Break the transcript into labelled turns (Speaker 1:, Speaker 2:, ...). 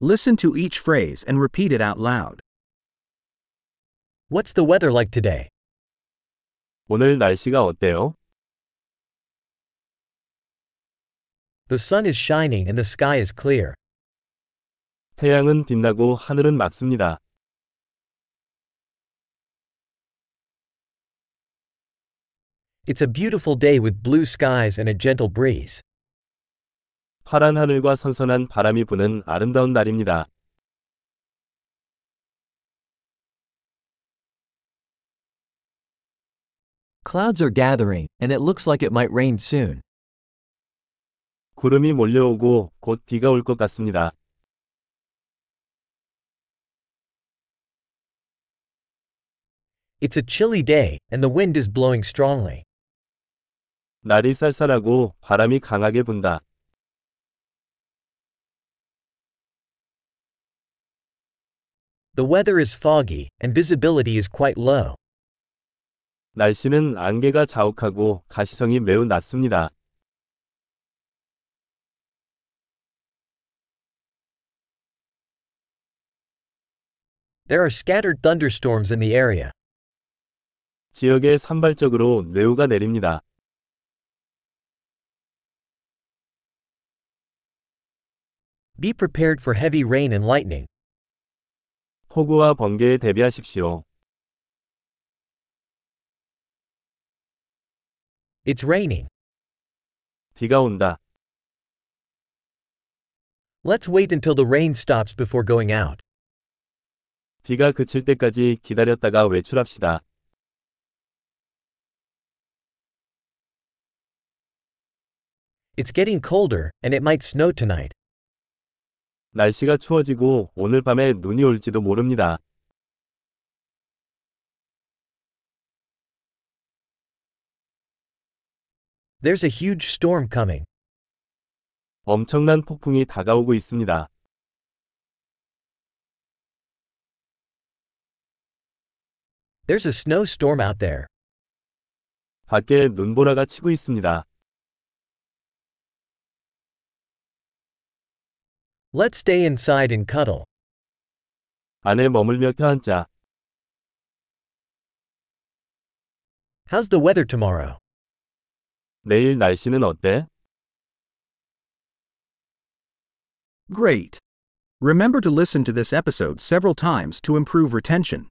Speaker 1: Listen to each phrase and repeat it out loud.
Speaker 2: What's the weather like today?
Speaker 3: 오늘 날씨가 어때요?
Speaker 2: The sun is shining and the sky is clear.
Speaker 3: 태양은 빛나고 하늘은 맑습니다.
Speaker 2: It's a beautiful day with blue skies and a gentle breeze.
Speaker 3: 파란 하늘과 선선한 바람이 부는 아름다운 날입니다.
Speaker 4: Clouds are gathering, and it looks like it might rain soon.
Speaker 3: 구름이 몰려오고 곧 비가 올 것 같습니다.
Speaker 2: It's a chilly day, and the wind is blowing strongly.
Speaker 3: 날이 쌀쌀하고 바람이 강하게 분다.
Speaker 2: The weather is foggy, and visibility is quite low.
Speaker 3: 날씨는 안개가 자욱하고 가시성이 매우 낮습니다.
Speaker 2: There are scattered thunderstorms in the area.
Speaker 3: 지역에 산발적으로 뇌우가 내립니다.
Speaker 2: Be prepared for heavy rain and lightning.
Speaker 3: 폭우와 번개에 대비하십시오.
Speaker 2: It's raining.
Speaker 3: 비가 온다.
Speaker 2: Let's wait until the rain stops before going out.
Speaker 3: 비가 그칠 때까지 기다렸다가 외출합시다.
Speaker 2: It's getting colder, and it might snow tonight.
Speaker 3: 날씨가 추워지고 오늘 밤에 눈이 올지도 모릅니다.
Speaker 2: There's a huge storm coming.
Speaker 3: 엄청난 폭풍이 다가오고 있습니다.
Speaker 2: There's a snowstorm out there.
Speaker 3: 밖에 눈보라가 치고 있습니다.
Speaker 2: Let's stay inside and cuddle.
Speaker 3: 안에 머물며 펴앉자.
Speaker 2: How's the weather tomorrow?
Speaker 3: 내일 날씨는 어때?
Speaker 1: Great! Remember to listen to this episode several times to improve retention.